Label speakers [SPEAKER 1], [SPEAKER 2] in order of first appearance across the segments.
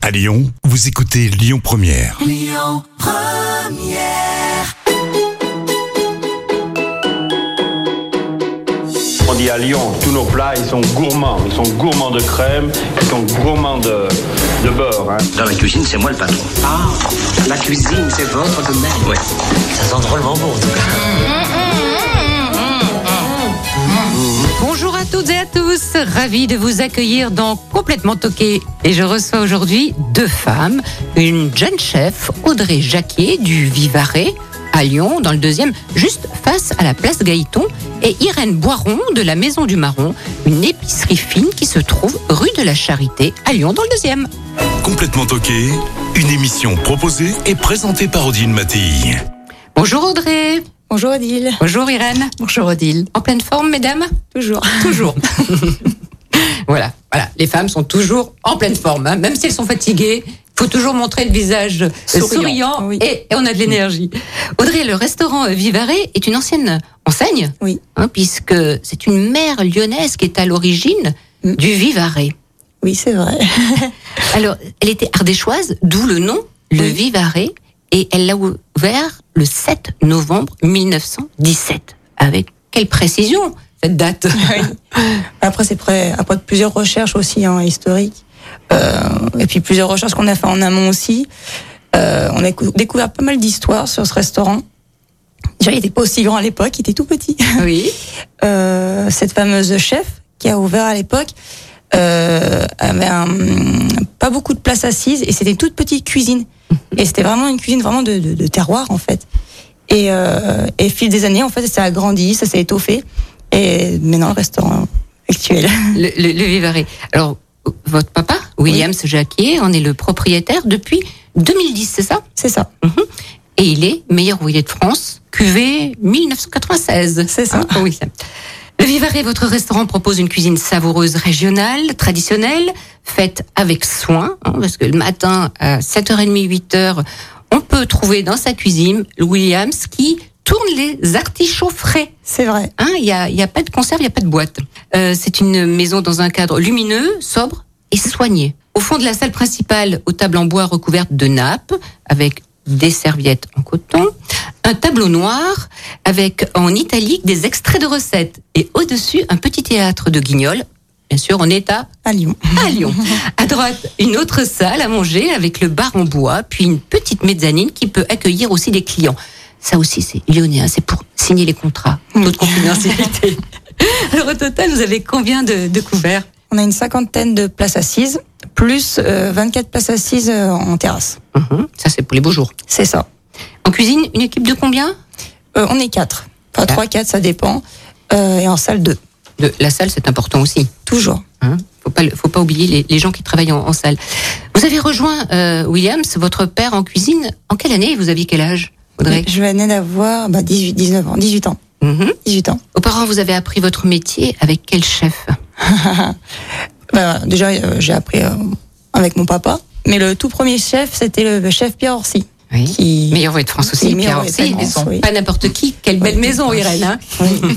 [SPEAKER 1] À Lyon, vous écoutez Lyon Première.
[SPEAKER 2] On dit à Lyon, tous nos plats, ils sont gourmands. Ils sont gourmands de crème, ils sont gourmands de, de beurre. hein.
[SPEAKER 3] Dans la cuisine, c'est moi le patron.
[SPEAKER 4] Ah, la cuisine, c'est votre domaine.
[SPEAKER 3] Ouais.
[SPEAKER 4] Ça sent drôlement bon, en tout cas.
[SPEAKER 5] Bonjour à toutes et à tous, ravi de vous accueillir dans Complètement Toqué. Et je reçois aujourd'hui deux femmes, une jeune chef, Audrey Jacquier du Vivarais à Lyon, dans le deuxième, juste face à la place Gaëton, et Irène Boiron de la Maison du Marron, une épicerie fine qui se trouve rue de la Charité à Lyon, dans le deuxième.
[SPEAKER 1] Complètement toqué, une émission proposée et présentée par Odile Mattei.
[SPEAKER 5] Bonjour Audrey,
[SPEAKER 6] Bonjour Odile.
[SPEAKER 5] bonjour Irène,
[SPEAKER 6] Bonjour Odile.
[SPEAKER 5] en pleine forme mesdames
[SPEAKER 6] Toujours.
[SPEAKER 5] Toujours. voilà, voilà. Les femmes sont toujours en pleine forme, hein. même si elles sont fatiguées. Il faut toujours montrer le visage euh, souriant,
[SPEAKER 6] Souriant, Ah oui.
[SPEAKER 5] et, et on a de l'énergie. Audrey, le restaurant euh, Vivarais est une ancienne enseigne,
[SPEAKER 6] Oui.
[SPEAKER 5] hein, puisque c'est une mère lyonnaise qui est à l'origine
[SPEAKER 6] Mm.
[SPEAKER 5] du Vivarais.
[SPEAKER 6] Oui, c'est vrai.
[SPEAKER 5] Alors, elle était ardéchoise, d'où le nom, le
[SPEAKER 6] Oui.
[SPEAKER 5] Vivarais, et elle l'a ouvert le 7 novembre 1917. Avec quelle précision cette date
[SPEAKER 6] Après, c'est près- après plusieurs recherches aussi hein, historiques. Euh, et puis plusieurs recherches qu'on a fait en amont aussi. Euh, on a cou- découvert pas mal d'histoires sur ce restaurant. Déjà, il n'était pas aussi grand à l'époque, il était tout petit.
[SPEAKER 5] Oui.
[SPEAKER 6] Euh, cette fameuse chef qui a ouvert à l'époque euh, avait un- pas beaucoup de place assise et c'était une toute petite cuisine. Et c'était vraiment une cuisine vraiment de, de- de terroir en fait. Et, euh, et au fil des années, en fait, ça a grandi, ça s'est étoffé. Et maintenant, le restaurant actuel.
[SPEAKER 5] le, le, le Vivarais. Alors, votre papa, Williams Jacquier, en est le propriétaire depuis 2010, c'est ça
[SPEAKER 6] C'est ça.
[SPEAKER 5] Et il est meilleur ouvrier de France, QV 1996.
[SPEAKER 6] C'est ça.
[SPEAKER 5] Hein oui. ça. Le Vivarais, votre restaurant, propose une cuisine savoureuse régionale, traditionnelle, faite avec soin, hein, parce que le matin, à 7h30, 8h, on peut trouver dans sa cuisine le Williams qui tourne les artichauts frais.
[SPEAKER 6] C'est vrai.
[SPEAKER 5] Hein, Il n'y a, il y a pas de conserve, il n'y a pas de boîte. Euh, c'est une maison dans un cadre lumineux, sobre et soigné. Au fond de la salle principale, aux tables en bois recouvertes de nappes, avec des serviettes en coton, un tableau noir avec en italique des extraits de recettes et au-dessus un petit théâtre de guignol, bien sûr en état
[SPEAKER 6] À Lyon.
[SPEAKER 5] à Lyon. À droite, une autre salle à manger avec le bar en bois, puis une petite mezzanine qui peut accueillir aussi des clients. Ça aussi, c'est lyonnais, hein, c'est pour signer les contrats, taux de confidentialité. Alors au total, vous avez combien de, de couverts
[SPEAKER 6] On a une cinquantaine de places assises, plus euh, 24 places assises euh, en terrasse.
[SPEAKER 5] Mhm, Ça, c'est pour les beaux jours.
[SPEAKER 6] C'est ça.
[SPEAKER 5] En cuisine, une équipe de combien
[SPEAKER 6] Euh, on est quatre. Enfin, trois, quatre, ça dépend. Euh, et en salle deux.
[SPEAKER 5] de, La salle, c'est important aussi.
[SPEAKER 6] Toujours.
[SPEAKER 5] Hein, faut pas, le- faut pas oublier les, les gens qui travaillent en, en salle. Vous avez rejoint euh, Williams, votre père en cuisine. En quelle année Vous aviez quel âge, Audrey
[SPEAKER 6] Je venais d'avoir bah, 18, 19 ans, 18 ans.
[SPEAKER 5] Mhm.
[SPEAKER 6] 18 ans.
[SPEAKER 5] Auparavant, vous avez appris votre métier avec quel chef
[SPEAKER 6] Bah, déjà, euh, j'ai appris euh, avec mon papa. Mais le tout premier chef, c'était le chef Pierre Orsi.
[SPEAKER 5] Oui.
[SPEAKER 6] Qui...
[SPEAKER 5] Meilleur voix de France aussi,
[SPEAKER 6] Oui,
[SPEAKER 5] Pierre
[SPEAKER 6] meilleur voix de
[SPEAKER 5] Orsi.
[SPEAKER 6] France, oui.
[SPEAKER 5] Pas n'importe qui. Quelle belle
[SPEAKER 6] Oui.
[SPEAKER 5] maison, Irène. hein.
[SPEAKER 6] Oui.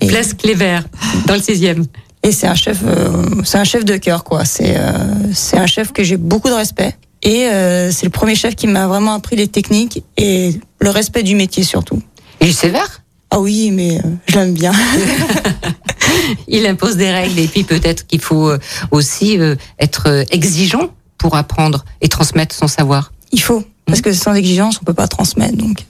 [SPEAKER 6] Et-
[SPEAKER 5] Place Cléver, dans le 16e.
[SPEAKER 6] Et c'est un chef, euh, c'est un chef de cœur, quoi. C'est, euh, c'est un chef que j'ai beaucoup de respect. Et euh, c'est le premier chef qui m'a vraiment appris les techniques et le respect du métier surtout.
[SPEAKER 5] Il est sévère.
[SPEAKER 6] Ah oui, mais euh, je l'aime bien.
[SPEAKER 5] Il impose des règles et puis peut-être qu'il faut euh, aussi euh, être euh, exigeant pour apprendre et transmettre son savoir.
[SPEAKER 6] Il faut. Parce que sans exigence, on peut pas transmettre. Donc,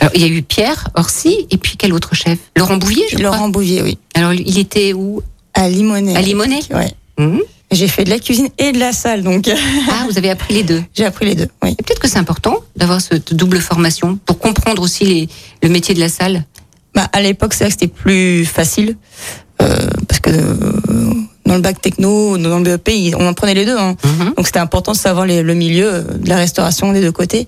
[SPEAKER 5] Alors, il y a eu Pierre Orsi et puis quel autre chef Laurent Bouvier, je crois.
[SPEAKER 6] Laurent Bouvier, oui.
[SPEAKER 5] Alors, il était où
[SPEAKER 6] À Limonnet.
[SPEAKER 5] À Limonnet
[SPEAKER 6] Ouais.
[SPEAKER 5] Mhm.
[SPEAKER 6] J'ai fait de la cuisine et de la salle, donc
[SPEAKER 5] Ah, vous avez appris les deux.
[SPEAKER 6] j'ai appris les deux. Oui.
[SPEAKER 5] Et peut-être que c'est important d'avoir cette double formation pour comprendre aussi les- le métier de la salle.
[SPEAKER 6] Bah, à l'époque, c'est vrai que c'était plus facile euh, parce que euh, dans le bac techno, dans le BEP, ils- on en prenait les deux. hein.
[SPEAKER 5] Mhm.
[SPEAKER 6] Donc c'était important de savoir les- le milieu euh, de la restauration des deux côtés.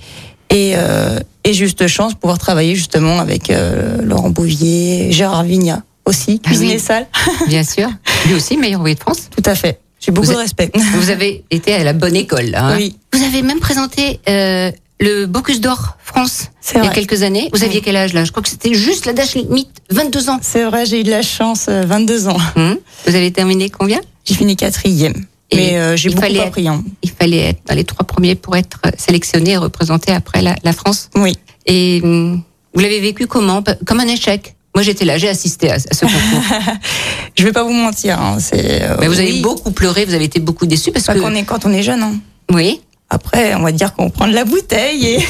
[SPEAKER 6] Et, euh, et juste chance de pouvoir travailler justement avec euh, Laurent Bouvier, Gérard Vignat aussi,
[SPEAKER 5] Ah
[SPEAKER 6] cuisine
[SPEAKER 5] oui.
[SPEAKER 6] et salle.
[SPEAKER 5] Bien sûr. Lui aussi, meilleur ouvrier de France.
[SPEAKER 6] Tout à fait. J'ai beaucoup
[SPEAKER 5] Vous
[SPEAKER 6] de respect.
[SPEAKER 5] Vous avez été à la bonne école, là. hein.
[SPEAKER 6] Oui,
[SPEAKER 5] Vous avez même présenté euh, le Bocuse d'Or France il
[SPEAKER 6] c'est
[SPEAKER 5] y a
[SPEAKER 6] vrai.
[SPEAKER 5] quelques années. Vous aviez quel âge, là Je crois que c'était juste la dash limite, 22 ans.
[SPEAKER 6] C'est vrai, j'ai eu de la chance, euh, 22 ans.
[SPEAKER 5] Hum. Vous avez terminé combien
[SPEAKER 6] J'ai fini quatrième.
[SPEAKER 5] Et
[SPEAKER 6] mais euh, j'ai
[SPEAKER 5] il
[SPEAKER 6] beaucoup
[SPEAKER 5] fallait
[SPEAKER 6] appris. hein.
[SPEAKER 5] Il fallait être dans les trois premiers pour être euh, sélectionné et représenter après la, la France.
[SPEAKER 6] Oui.
[SPEAKER 5] Et hum, vous l'avez vécu comment Bah, Comme un échec. Moi, j'étais là, j'ai assisté à, à ce concours.
[SPEAKER 6] Je vais pas vous mentir. hein, c'est. euh,
[SPEAKER 5] Mais vous avez
[SPEAKER 6] oui,
[SPEAKER 5] beaucoup pleuré, vous avez été beaucoup déçu parce
[SPEAKER 6] Pas
[SPEAKER 5] que
[SPEAKER 6] qu'on est quand on est jeune. hein.
[SPEAKER 5] oui,
[SPEAKER 6] Après, on va dire qu'on prend de la bouteille et,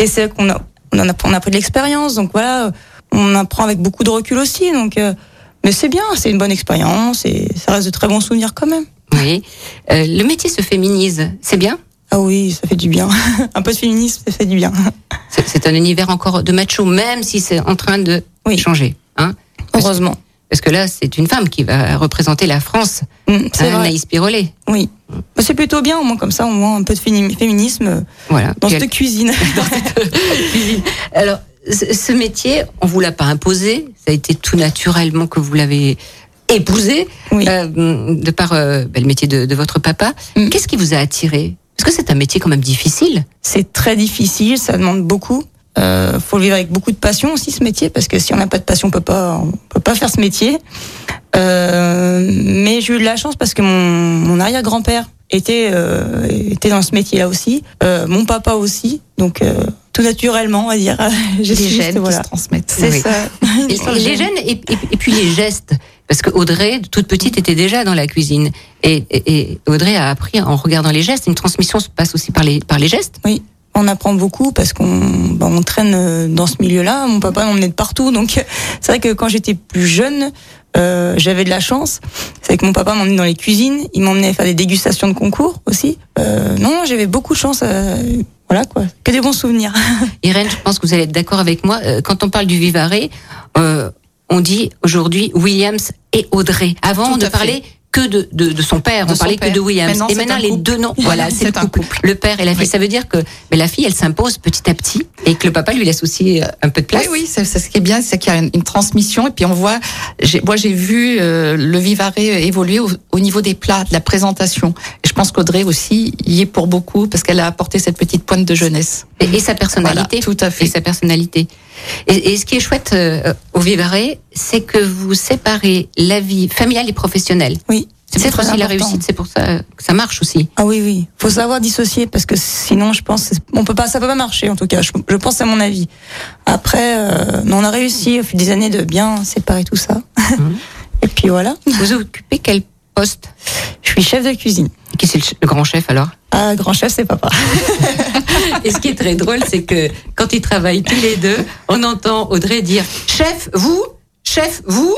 [SPEAKER 6] et c'est qu'on a, on en a, on a pris de l'expérience. Donc voilà, on apprend avec beaucoup de recul aussi. Donc, euh, mais c'est bien, c'est une bonne expérience et ça reste de très bons souvenirs quand même.
[SPEAKER 5] oui. Euh, le métier se féminise, c'est bien.
[SPEAKER 6] Ah oui, ça fait du bien. Un peu de féminisme, ça fait du bien.
[SPEAKER 5] C'est c'est un univers encore de macho, même si c'est en train de
[SPEAKER 6] Oui.
[SPEAKER 5] changer. Hein
[SPEAKER 6] Heureusement.
[SPEAKER 5] Parce que là, c'est une femme qui va représenter la France,
[SPEAKER 6] Mm, C'est
[SPEAKER 5] hein,
[SPEAKER 6] vrai.
[SPEAKER 5] Anaïs Pirolet.
[SPEAKER 6] Oui. Mais C'est plutôt bien, au moins comme ça, au moins un peu de fémi- féminisme euh,
[SPEAKER 5] Voilà.
[SPEAKER 6] dans
[SPEAKER 5] Puis elle-
[SPEAKER 6] cette cuisine.
[SPEAKER 5] Alors, ce ce métier, on vous l'a pas imposé. Ça a été tout naturellement que vous l'avez épousé,
[SPEAKER 6] Oui.
[SPEAKER 5] euh, de par euh, ben, le métier de, de votre papa.
[SPEAKER 6] Mm.
[SPEAKER 5] Qu'est-ce qui vous a attiré Parce que c'est un métier quand même difficile.
[SPEAKER 6] C'est très difficile, ça demande beaucoup. Euh, faut le vivre avec beaucoup de passion aussi ce métier parce que si on n'a pas de passion, on peut pas, on peut pas faire ce métier. Euh, mais j'ai eu de la chance parce que mon, mon arrière-grand-père était euh, était dans ce métier-là aussi, Euh, mon papa aussi, donc euh, tout naturellement, on va dire. j'ai
[SPEAKER 3] les
[SPEAKER 6] su,
[SPEAKER 3] gènes qui
[SPEAKER 6] voilà.
[SPEAKER 3] se transmettent.
[SPEAKER 6] C'est
[SPEAKER 5] Oui.
[SPEAKER 6] ça.
[SPEAKER 5] Et-
[SPEAKER 6] Ils sont
[SPEAKER 5] et les
[SPEAKER 6] jeunes.
[SPEAKER 5] jeunes et, et- et puis les gestes. Parce que Audrey, toute petite, était déjà dans la cuisine. Et, et- et Audrey a appris en regardant les gestes. Une transmission se passe aussi par les, par les gestes.
[SPEAKER 6] Oui, on apprend beaucoup parce qu'on bah, on traîne euh, dans ce milieu-là. Mon papa m'emmenait de partout, donc euh, c'est vrai que quand j'étais plus jeune, euh, j'avais de la chance. C'est que mon papa m'emmenait dans les cuisines, il m'emmenait faire des dégustations de concours aussi. Euh, non, j'avais beaucoup de chance. euh, voilà quoi, que des bons souvenirs.
[SPEAKER 5] Irène, je pense que vous allez être d'accord avec moi. Euh, Quand on parle du vivaré, euh, on dit aujourd'hui Williams et Audrey. Avant,
[SPEAKER 3] Tout
[SPEAKER 5] on ne
[SPEAKER 3] à fait.
[SPEAKER 5] parlait que de, de, de son père,
[SPEAKER 3] De
[SPEAKER 5] on
[SPEAKER 3] son
[SPEAKER 5] parlait
[SPEAKER 3] père.
[SPEAKER 5] que de Williams.
[SPEAKER 3] Maintenant,
[SPEAKER 5] et
[SPEAKER 3] c'est
[SPEAKER 5] maintenant,
[SPEAKER 3] un
[SPEAKER 5] les
[SPEAKER 3] couple.
[SPEAKER 5] deux noms. Voilà, c'est le
[SPEAKER 3] C'est un
[SPEAKER 5] couple.
[SPEAKER 3] couple.
[SPEAKER 5] Le père et la fille.
[SPEAKER 3] Oui.
[SPEAKER 5] Ça veut dire que mais la fille, elle s'impose petit à petit et que le papa lui laisse aussi euh, un peu de place.
[SPEAKER 3] Eh Oui, oui, c'est c'est ce qui est bien, c'est qu'il y a une, une transmission. Et puis on voit, j'ai- moi j'ai vu euh, le vivaré évoluer au, au niveau des plats, de la présentation. Et je pense qu'Audrey aussi y est pour beaucoup parce qu'elle a apporté cette petite pointe de jeunesse.
[SPEAKER 5] Et, et sa personnalité.
[SPEAKER 3] Voilà, tout à fait.
[SPEAKER 5] Et sa personnalité. Et, et ce qui est chouette euh, au vivaré, c'est que vous séparez la vie familiale et professionnelle.
[SPEAKER 6] Oui,
[SPEAKER 5] C'est peut-être
[SPEAKER 6] très
[SPEAKER 5] aussi la
[SPEAKER 6] important.
[SPEAKER 5] réussite, c'est pour ça que ça marche aussi.
[SPEAKER 6] Ah oui, oui. Faut savoir dissocier parce que sinon, je pense, on peut pas, ça peut pas marcher en tout cas. Je, je pense à mon avis. Après, euh, mais on a réussi au fil des années de bien séparer tout ça. Et puis voilà.
[SPEAKER 5] Vous occupez quel poste
[SPEAKER 6] Je suis chef de cuisine.
[SPEAKER 5] Qui c'est le ch- le grand chef alors
[SPEAKER 6] Ah, grand chef, c'est papa.
[SPEAKER 5] Et ce qui est très drôle, c'est que quand ils travaillent tous les deux, on entend Audrey dire Chef, vous Chef, vous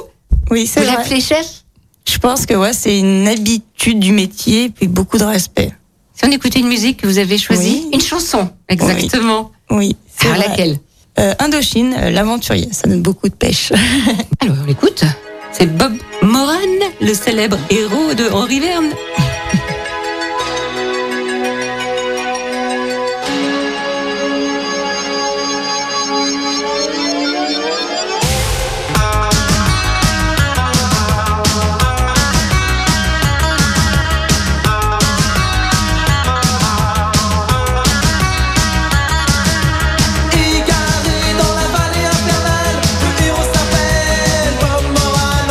[SPEAKER 6] Oui, c'est
[SPEAKER 5] Vous
[SPEAKER 6] vrai.
[SPEAKER 5] l'appelez chef
[SPEAKER 6] Je pense que ouais, c'est une habitude du métier puis beaucoup de respect.
[SPEAKER 5] Si on écoutait une musique que vous avez choisie,
[SPEAKER 6] Oui.
[SPEAKER 5] une chanson, exactement.
[SPEAKER 6] Oui, c'est
[SPEAKER 5] Alors
[SPEAKER 6] vrai.
[SPEAKER 5] laquelle
[SPEAKER 6] Euh, Indochine, euh, l'aventurier, ça donne beaucoup de pêche.
[SPEAKER 5] Alors on écoute, c'est Bob Moran, le célèbre héros de Henri Verne.
[SPEAKER 7] Égaré dans la vallée infernale, le héros s'appelle Bob Moran.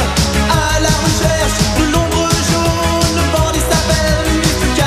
[SPEAKER 7] À la recherche de l'ombre jaune, le bandit s'appelle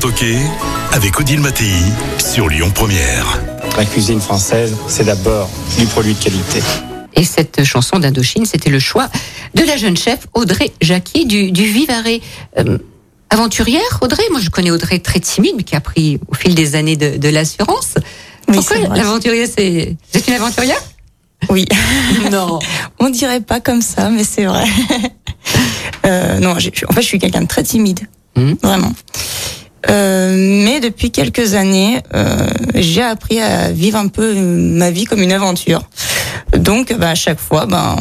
[SPEAKER 1] Toqué avec Odile Mattei sur Lyon Première.
[SPEAKER 8] La cuisine française, c'est d'abord du produit de qualité.
[SPEAKER 5] Et cette chanson d'Indochine, c'était le choix de la jeune chef Audrey Jacquier du, du Vivarais. Euh, aventurière, Audrey Moi, je connais Audrey très timide, mais qui a pris au fil des années de, de l'assurance.
[SPEAKER 6] Oui,
[SPEAKER 5] Pourquoi
[SPEAKER 6] c'est vrai.
[SPEAKER 5] l'aventurière, c'est... Vous êtes une aventurière
[SPEAKER 6] Oui.
[SPEAKER 5] Non.
[SPEAKER 6] On dirait pas comme ça, mais c'est vrai. Euh, non, j'ai- en fait, je suis quelqu'un de très timide,
[SPEAKER 5] Mhm.
[SPEAKER 6] vraiment. Euh, mais depuis quelques années, euh, j'ai appris à vivre un peu euh, ma vie comme une aventure. Donc, bah, à chaque fois, ben,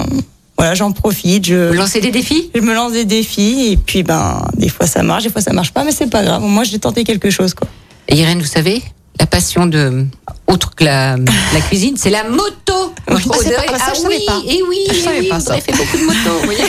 [SPEAKER 6] voilà, j'en profite.
[SPEAKER 5] Vous
[SPEAKER 6] Je,
[SPEAKER 5] lancez des défis
[SPEAKER 6] je me lance des défis et puis, ben, des fois ça marche, des fois ça marche pas, mais c'est pas grave. Moi, j'ai tenté quelque chose, quoi.
[SPEAKER 5] Et Irène, vous savez, la passion de autre que la, la cuisine, c'est la moto. Moi, je
[SPEAKER 3] Ah, c'est
[SPEAKER 5] Audrey-
[SPEAKER 3] pas- ça, je
[SPEAKER 5] ah oui,
[SPEAKER 3] savais pas.
[SPEAKER 5] et oui,
[SPEAKER 3] Je
[SPEAKER 5] eh
[SPEAKER 3] savais
[SPEAKER 5] oui,
[SPEAKER 3] pas ça.
[SPEAKER 5] Audrey fait beaucoup de moto. vous voyez.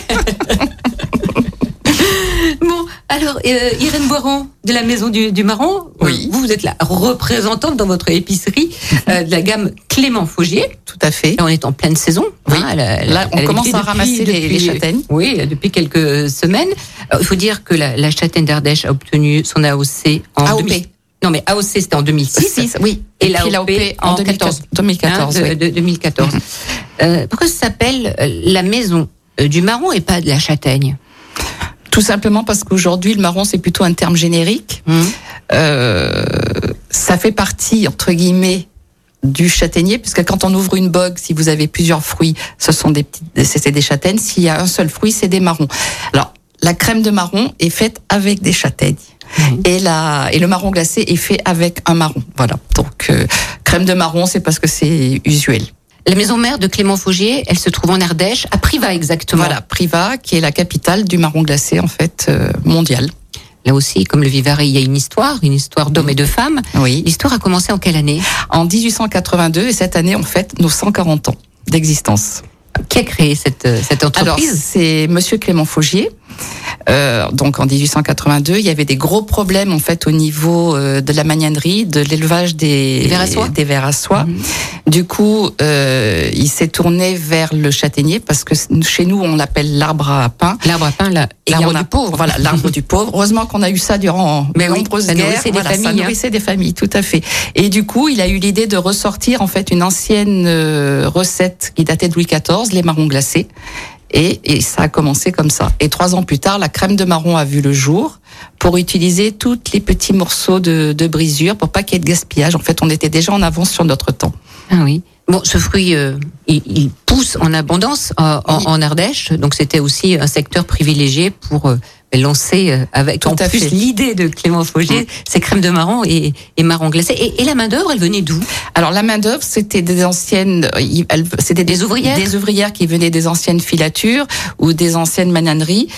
[SPEAKER 5] bon, alors euh, Irène Boiron de la Maison du, du Marron,
[SPEAKER 3] Oui.
[SPEAKER 5] vous, vous êtes la représentante dans votre épicerie euh, de la gamme Clément Faugier.
[SPEAKER 3] Tout à fait.
[SPEAKER 5] Là, on est en pleine saison. hein,
[SPEAKER 3] Oui.
[SPEAKER 5] elle a- elle a-
[SPEAKER 3] Là, on
[SPEAKER 5] elle a
[SPEAKER 3] commence
[SPEAKER 5] débuté
[SPEAKER 3] à ramasser les- les châtaignes.
[SPEAKER 5] Oui, depuis quelques semaines. Euh, Il faut dire que la, la châtaigne d'Ardèche a obtenu son AOC en
[SPEAKER 3] AOP.
[SPEAKER 5] 2000 Non, mais AOC, c'était en 2006.
[SPEAKER 3] oui.
[SPEAKER 5] Et,
[SPEAKER 3] Et,
[SPEAKER 5] l'AOP
[SPEAKER 3] puis l'AOP en 2014. 2014
[SPEAKER 5] hein, de-
[SPEAKER 3] oui. Mm-hmm.
[SPEAKER 5] de- 2014. Euh, pourquoi ça s'appelle euh, la maison euh, du marron et pas de la châtaigne
[SPEAKER 3] Tout simplement parce qu'aujourd'hui, le marron, c'est plutôt un terme générique. Euh, ça fait partie, entre guillemets, du châtaignier, puisque quand on ouvre une bogue, si vous avez plusieurs fruits, ce sont des petites, c'est c'est des châtaignes. S'il y a un seul fruit, c'est des marrons. Alors, la crème de marron est faite avec des châtaignes. Et, la, et le marron glacé est fait avec un marron. Voilà. Donc, euh, crème de marron, c'est parce que c'est usuel.
[SPEAKER 5] La maison mère de Clément Faugier, elle se trouve en Ardèche, à Privas exactement.
[SPEAKER 3] Voilà, Priva, qui est la capitale du marron glacé, en fait, euh, mondial.
[SPEAKER 5] Là aussi, comme le Vivarais, il y a une histoire, une histoire d'hommes et de femmes.
[SPEAKER 3] Oui.
[SPEAKER 5] L'histoire a commencé en quelle année
[SPEAKER 3] en 1882 et cette année on fête nos 140 ans d'existence.
[SPEAKER 5] Qui a créé cette, euh, cette
[SPEAKER 3] Alors
[SPEAKER 5] entreprise
[SPEAKER 3] c'est Monsieur Clément Faugier. Euh, donc en 1882, il y avait des gros problèmes en fait au niveau euh, de la magnanerie, de l'élevage des
[SPEAKER 5] Des vers à soie
[SPEAKER 3] des vers à soie.
[SPEAKER 5] Mhm.
[SPEAKER 3] Du coup, euh, il s'est tourné vers le châtaignier parce que chez nous on l'appelle l'arbre à pain.
[SPEAKER 5] L'arbre à pain, la-
[SPEAKER 3] Et il y
[SPEAKER 5] l'arbre
[SPEAKER 3] en a-
[SPEAKER 5] du pauvre.
[SPEAKER 3] Voilà, l'arbre du pauvre. Heureusement qu'on a eu ça durant
[SPEAKER 5] Mais
[SPEAKER 3] de
[SPEAKER 5] oui,
[SPEAKER 3] nombreuses
[SPEAKER 5] ça
[SPEAKER 3] guerres.
[SPEAKER 5] nourrissait des
[SPEAKER 3] Voilà, ça
[SPEAKER 5] familles, hein.
[SPEAKER 3] nourrissait des familles, tout à fait. Et du coup, il a eu l'idée de ressortir en fait une ancienne euh, recette qui datait de Louis XIV, les marrons glacés. Et, et ça a commencé comme ça. Et trois ans plus tard, la crème de marron a vu le jour pour utiliser tous les petits morceaux de, de brisure pour pas qu'il y ait de gaspillage. En fait, on était déjà en avance sur notre temps.
[SPEAKER 5] Ah oui. Bon, ce fruit, euh, il, il pousse en abondance euh, en, en Ardèche, donc c'était aussi un secteur privilégié pour euh, lancer euh, avec
[SPEAKER 3] Tout
[SPEAKER 5] en
[SPEAKER 3] à
[SPEAKER 5] plus
[SPEAKER 3] fait.
[SPEAKER 5] l'idée de Clément Faugier, ces crèmes de marron et, et marron glacé. Et, et la main d'œuvre, elle venait d'où
[SPEAKER 3] Alors la main d'œuvre, c'était des anciennes, euh, il- elles- c'était
[SPEAKER 5] Des ouvrières
[SPEAKER 3] des ouvrières qui venaient des anciennes filatures ou des anciennes mananeries.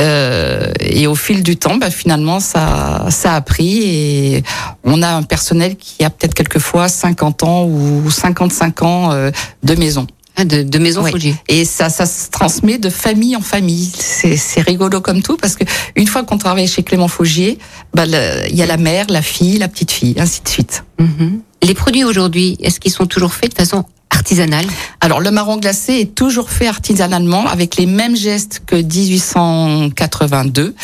[SPEAKER 3] Euh, et au fil du temps, bah, finalement, ça, ça a pris et on a un personnel qui a peut-être quelquefois 50 ans ou 55 ans euh, de maison.
[SPEAKER 5] Ah, de, de maison
[SPEAKER 3] Oui.
[SPEAKER 5] Faugier.
[SPEAKER 3] Et ça, ça se transmet de famille en famille. C'est c'est rigolo comme tout parce que une fois qu'on travaille chez Clément Faugier, bah, le- il y a la mère, la fille, la petite fille, ainsi de suite.
[SPEAKER 5] Mhm. Les produits aujourd'hui, est-ce qu'ils sont toujours faits de façon artisanale
[SPEAKER 3] Alors le marron glacé est toujours fait artisanalement avec les mêmes gestes que 1882.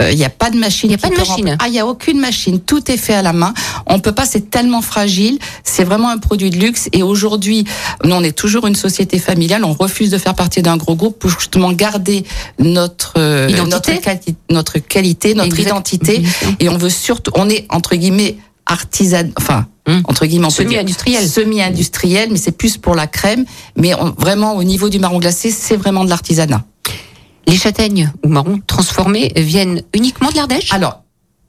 [SPEAKER 3] Euh, Il n'y a pas de machine.
[SPEAKER 5] Il y a
[SPEAKER 3] qui
[SPEAKER 5] pas de
[SPEAKER 3] peut
[SPEAKER 5] machine.
[SPEAKER 3] remplir- Ah, il n'y a aucune machine. Tout est fait à la main. On peut pas. C'est tellement fragile. C'est vraiment un produit de luxe. Et aujourd'hui, nous on est toujours une société familiale. On refuse de faire partie d'un gros groupe pour justement garder notre euh,
[SPEAKER 5] Identité.
[SPEAKER 3] notre, quali- notre qualité, notre
[SPEAKER 5] Exact.
[SPEAKER 3] identité. Et on veut surtout. On est entre guillemets artisan. Enfin.
[SPEAKER 5] Hum.
[SPEAKER 3] Entre guillemets, on peut dire-
[SPEAKER 5] Semi-industriel.
[SPEAKER 3] semi-industriel, mais c'est plus pour la crème. Mais on- vraiment, au niveau du marron glacé, c'est vraiment de l'artisanat.
[SPEAKER 5] Les châtaignes ou marrons transformés viennent uniquement de l'Ardèche
[SPEAKER 3] Alors,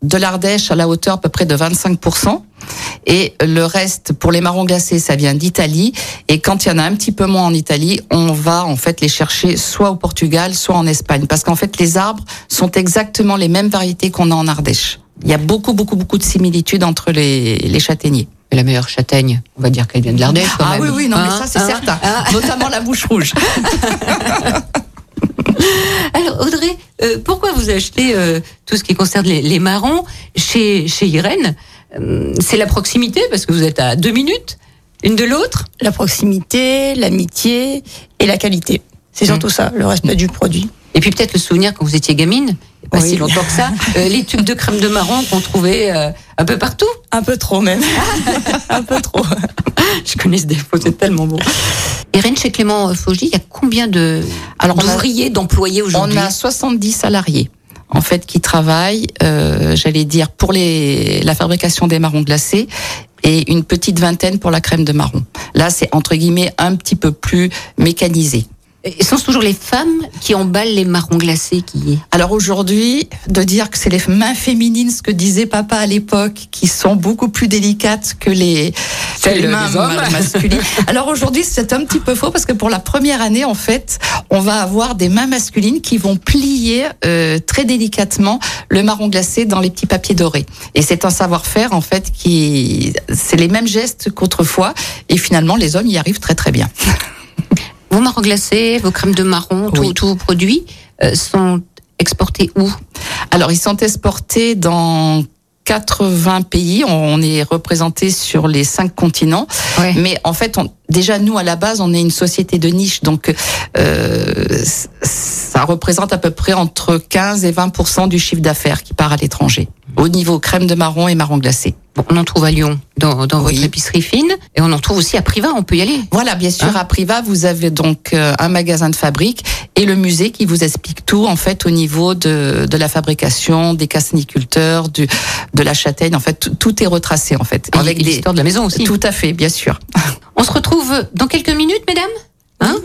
[SPEAKER 3] de l'Ardèche à la hauteur à peu près de 25%. Et le reste, pour les marrons glacés, ça vient d'Italie. Et quand il y en a un petit peu moins en Italie, on va en fait les chercher soit au Portugal, soit en Espagne. Parce qu'en fait, les arbres sont exactement les mêmes variétés qu'on a en Ardèche. Il y a beaucoup, beaucoup, beaucoup de similitudes entre les, les châtaigniers.
[SPEAKER 5] La meilleure châtaigne, on va dire qu'elle vient de l'Ardèche quand
[SPEAKER 3] ah
[SPEAKER 5] même.
[SPEAKER 3] oui, oui, non, mais
[SPEAKER 5] Hein,
[SPEAKER 3] ça, c'est
[SPEAKER 5] hein.
[SPEAKER 3] certain. Notamment la bouche rouge.
[SPEAKER 5] Alors Audrey, euh, pourquoi vous achetez euh, tout ce qui concerne les, les marrons chez, chez Irène Euh, C'est la proximité parce que vous êtes à deux minutes une de l'autre.
[SPEAKER 6] La proximité, Mmh. l'amitié et la qualité. C'est surtout ça, le respect du produit.
[SPEAKER 5] Et puis peut-être le souvenir quand vous étiez gamine c'est pas
[SPEAKER 6] Oui.
[SPEAKER 5] si longtemps que ça, euh, les tubes de crème de marron qu'on trouvait euh, un peu partout.
[SPEAKER 6] Un peu trop même. un peu trop.
[SPEAKER 5] Je connais ce défaut, c'est tellement bon. Irène chez Clément Faugy, il y a combien de
[SPEAKER 3] Alors, on a-
[SPEAKER 5] d'ouvriers, d'employés aujourd'hui
[SPEAKER 3] On a 70 salariés. En fait, qui travaillent, euh, j'allais dire, pour les, la fabrication des marrons glacés et une petite vingtaine pour la crème de marron. Là, c'est entre guillemets un petit peu plus mécanisé.
[SPEAKER 5] Et sont toujours les femmes qui emballent les marrons glacés qui
[SPEAKER 3] Alors aujourd'hui, de dire que c'est les mains féminines, ce que disait papa à l'époque, qui sont beaucoup plus délicates que les, que
[SPEAKER 5] Celles des hommes.
[SPEAKER 3] ma- masculines. Alors aujourd'hui, c'est un petit peu faux parce que pour la première année, en fait, on va avoir des mains masculines qui vont plier euh, très délicatement le marron glacé dans les petits papiers dorés. Et c'est un savoir-faire en fait qui, c'est les mêmes gestes qu'autrefois. Et finalement, les hommes y arrivent très très bien.
[SPEAKER 5] vos marrons glacés, vos crèmes de marron, tous
[SPEAKER 3] Oui.
[SPEAKER 5] tous vos produits euh, sont exportés où
[SPEAKER 3] Alors, ils sont exportés dans 80 pays. On est représenté sur les cinq continents.
[SPEAKER 5] Ouais.
[SPEAKER 3] Mais en fait, on, déjà, nous, à la base, on est une société de niche. Donc, euh, c- ça représente à peu près entre 15 et 20 du chiffre d'affaires qui part à l'étranger. Au niveau crème de marron et marron glacé.
[SPEAKER 5] Bon, on en trouve à Lyon dans, dans
[SPEAKER 3] Oui.
[SPEAKER 5] votre épicerie fine et on en trouve aussi à Privas, on peut y aller.
[SPEAKER 3] Voilà, bien sûr, à Priva, vous avez donc euh, un magasin de fabrique et le musée qui vous explique tout, en fait, au niveau de, de la fabrication, des cassiniculteurs, du, de la châtaigne. En fait, tout- tout est retracé, en fait. Et-
[SPEAKER 5] Avec
[SPEAKER 3] et-
[SPEAKER 5] l'histoire de la maison aussi.
[SPEAKER 3] Tout à fait, bien sûr.
[SPEAKER 5] On se retrouve dans quelques minutes, mesdames, hein,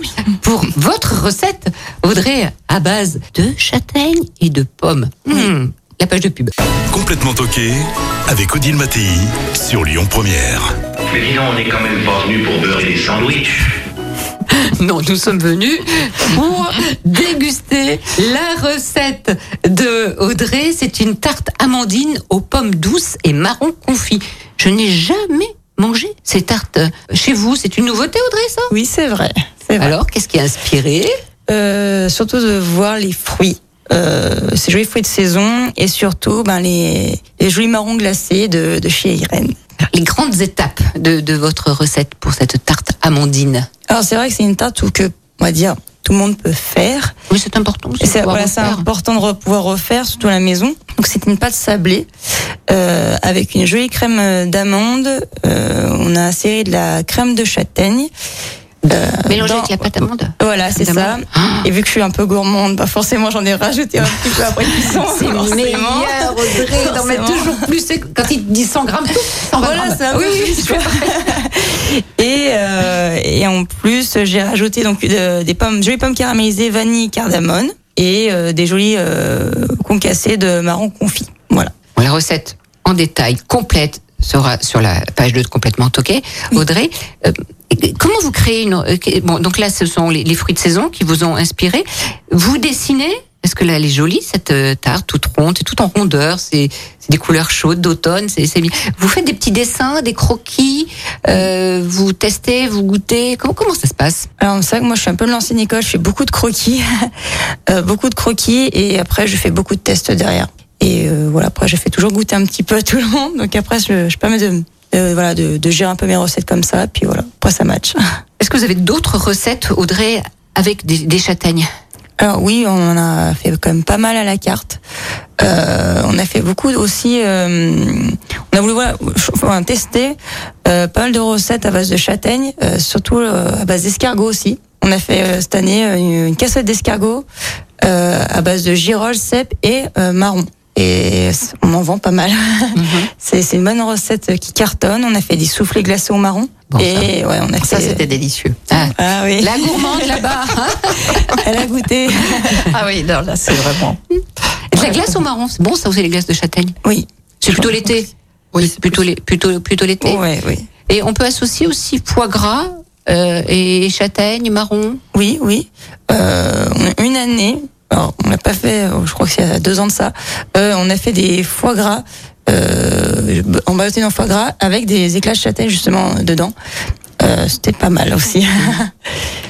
[SPEAKER 5] pour votre recette, Audrey, à base de châtaignes et de pommes. Mmh, la page de pub.
[SPEAKER 1] Complètement toqué avec Odile Mattei sur Lyon Première.
[SPEAKER 9] Mais dis donc, on n'est quand même pas venu pour beurrer des sandwichs.
[SPEAKER 5] Non, nous sommes venus pour déguster la recette de Audrey. C'est une tarte amandine aux pommes douces et marron confit. Je n'ai jamais mangé ces tartes chez vous. C'est une nouveauté, Audrey, ça
[SPEAKER 6] Oui, c'est vrai. C'est vrai.
[SPEAKER 5] Alors, qu'est-ce qui a inspiré
[SPEAKER 6] Euh, surtout de voir les fruits. Euh, ces jolis fruits de saison et surtout ben, les, les jolis marrons glacés de, de chez Irène.
[SPEAKER 5] les grandes étapes de, de votre recette pour cette tarte amandine
[SPEAKER 6] Alors c'est vrai que c'est une tarte où que, on va dire, tout le monde peut faire.
[SPEAKER 5] Oui, c'est important.
[SPEAKER 6] Et C'est
[SPEAKER 5] de pouvoir
[SPEAKER 6] voilà,
[SPEAKER 5] en
[SPEAKER 6] c'est
[SPEAKER 5] faire.
[SPEAKER 6] important de re- pouvoir refaire, surtout à la maison. Donc c'est une pâte sablée euh, avec une jolie crème euh, d'amande. Euh, on a inséré de la crème de châtaigne. Euh,
[SPEAKER 5] Mélangé
[SPEAKER 6] dans-
[SPEAKER 5] avec la pâte amande.
[SPEAKER 6] Voilà, c'est ça.
[SPEAKER 5] d'amande.
[SPEAKER 6] Et vu que je suis un peu gourmande, bah forcément j'en ai rajouté un petit peu après cuisson. forcément.
[SPEAKER 5] Audrey,
[SPEAKER 6] d'en mettre toujours
[SPEAKER 5] plus. Quand il dit 100 grammes, 100
[SPEAKER 6] Voilà, c'est un peu juste, quoi. et, euh, et en plus, j'ai rajouté donc de- des pommes, jolies pommes caramélisées, vanille, cardamone et euh, des jolies euh, concassées de marron confit. Voilà.
[SPEAKER 5] Bon, la recette en détail complète sera sur la page 2 de complètement toqué. Audrey, euh, comment vous créez une euh, que- bon donc là ce sont les, les fruits de saison qui vous ont inspiré. Vous dessinez parce que là elle est jolie cette euh, tarte toute ronde, c'est tout en rondeur, c'est c'est des couleurs chaudes d'automne, c'est c'est bien. Vous faites des petits dessins, des croquis, euh, vous testez, vous goûtez. Comment comment ça se passe
[SPEAKER 6] Alors c'est vrai que moi je suis un peu de l'ancienne école, je fais beaucoup de croquis, euh, beaucoup de croquis et après je fais beaucoup de tests derrière. Et euh, voilà, après je fais toujours goûter un petit peu à tout le monde. Donc après je, je permets de, de- voilà de, de gérer un peu mes recettes comme ça. Puis voilà, après ça match.
[SPEAKER 5] Est-ce que vous avez d'autres recettes Audrey avec des, des châtaignes
[SPEAKER 6] Alors oui, on en a fait quand même pas mal à la carte. Euh, on a fait beaucoup aussi. euh, on a voulu voilà, ch- enfin, tester euh, pas mal de recettes à base de châtaignes, euh, surtout euh, à base d'escargot aussi. On a fait euh, cette année euh, une, une cassette d'escargot euh, à base de girolles, cèpe et euh, marron. Et c- on en vend pas mal.
[SPEAKER 5] Mhm.
[SPEAKER 6] C'est c'est une bonne recette qui cartonne. On a fait des soufflés glacés au marron.
[SPEAKER 5] Bon, ça.
[SPEAKER 6] et ouais, on a
[SPEAKER 3] Ça,
[SPEAKER 6] fait-
[SPEAKER 3] c'était délicieux.
[SPEAKER 5] Ah,
[SPEAKER 6] Ah oui,
[SPEAKER 5] La gourmande là-bas. hein
[SPEAKER 6] elle a goûté.
[SPEAKER 3] Ah oui, non, là, c'est vraiment.
[SPEAKER 5] De la glace au marron, c'est bon ça ou c'est les glaces de châtaigne
[SPEAKER 6] Oui.
[SPEAKER 5] C'est plutôt l'été. Oui, c'est plutôt les- plutôt plutôt l'été.
[SPEAKER 6] Ouais, oui.
[SPEAKER 5] Et on peut associer aussi foie gras euh, et châtaigne, marron.
[SPEAKER 6] Oui, oui. Euh, on a une année, alors on l'a pas fait, euh, je crois que c'est à deux ans de ça, euh, on a fait des foie gras, euh, emballotés dans foie gras avec des éclats de châtaigne justement euh, dedans. Euh, C'était pas mal aussi.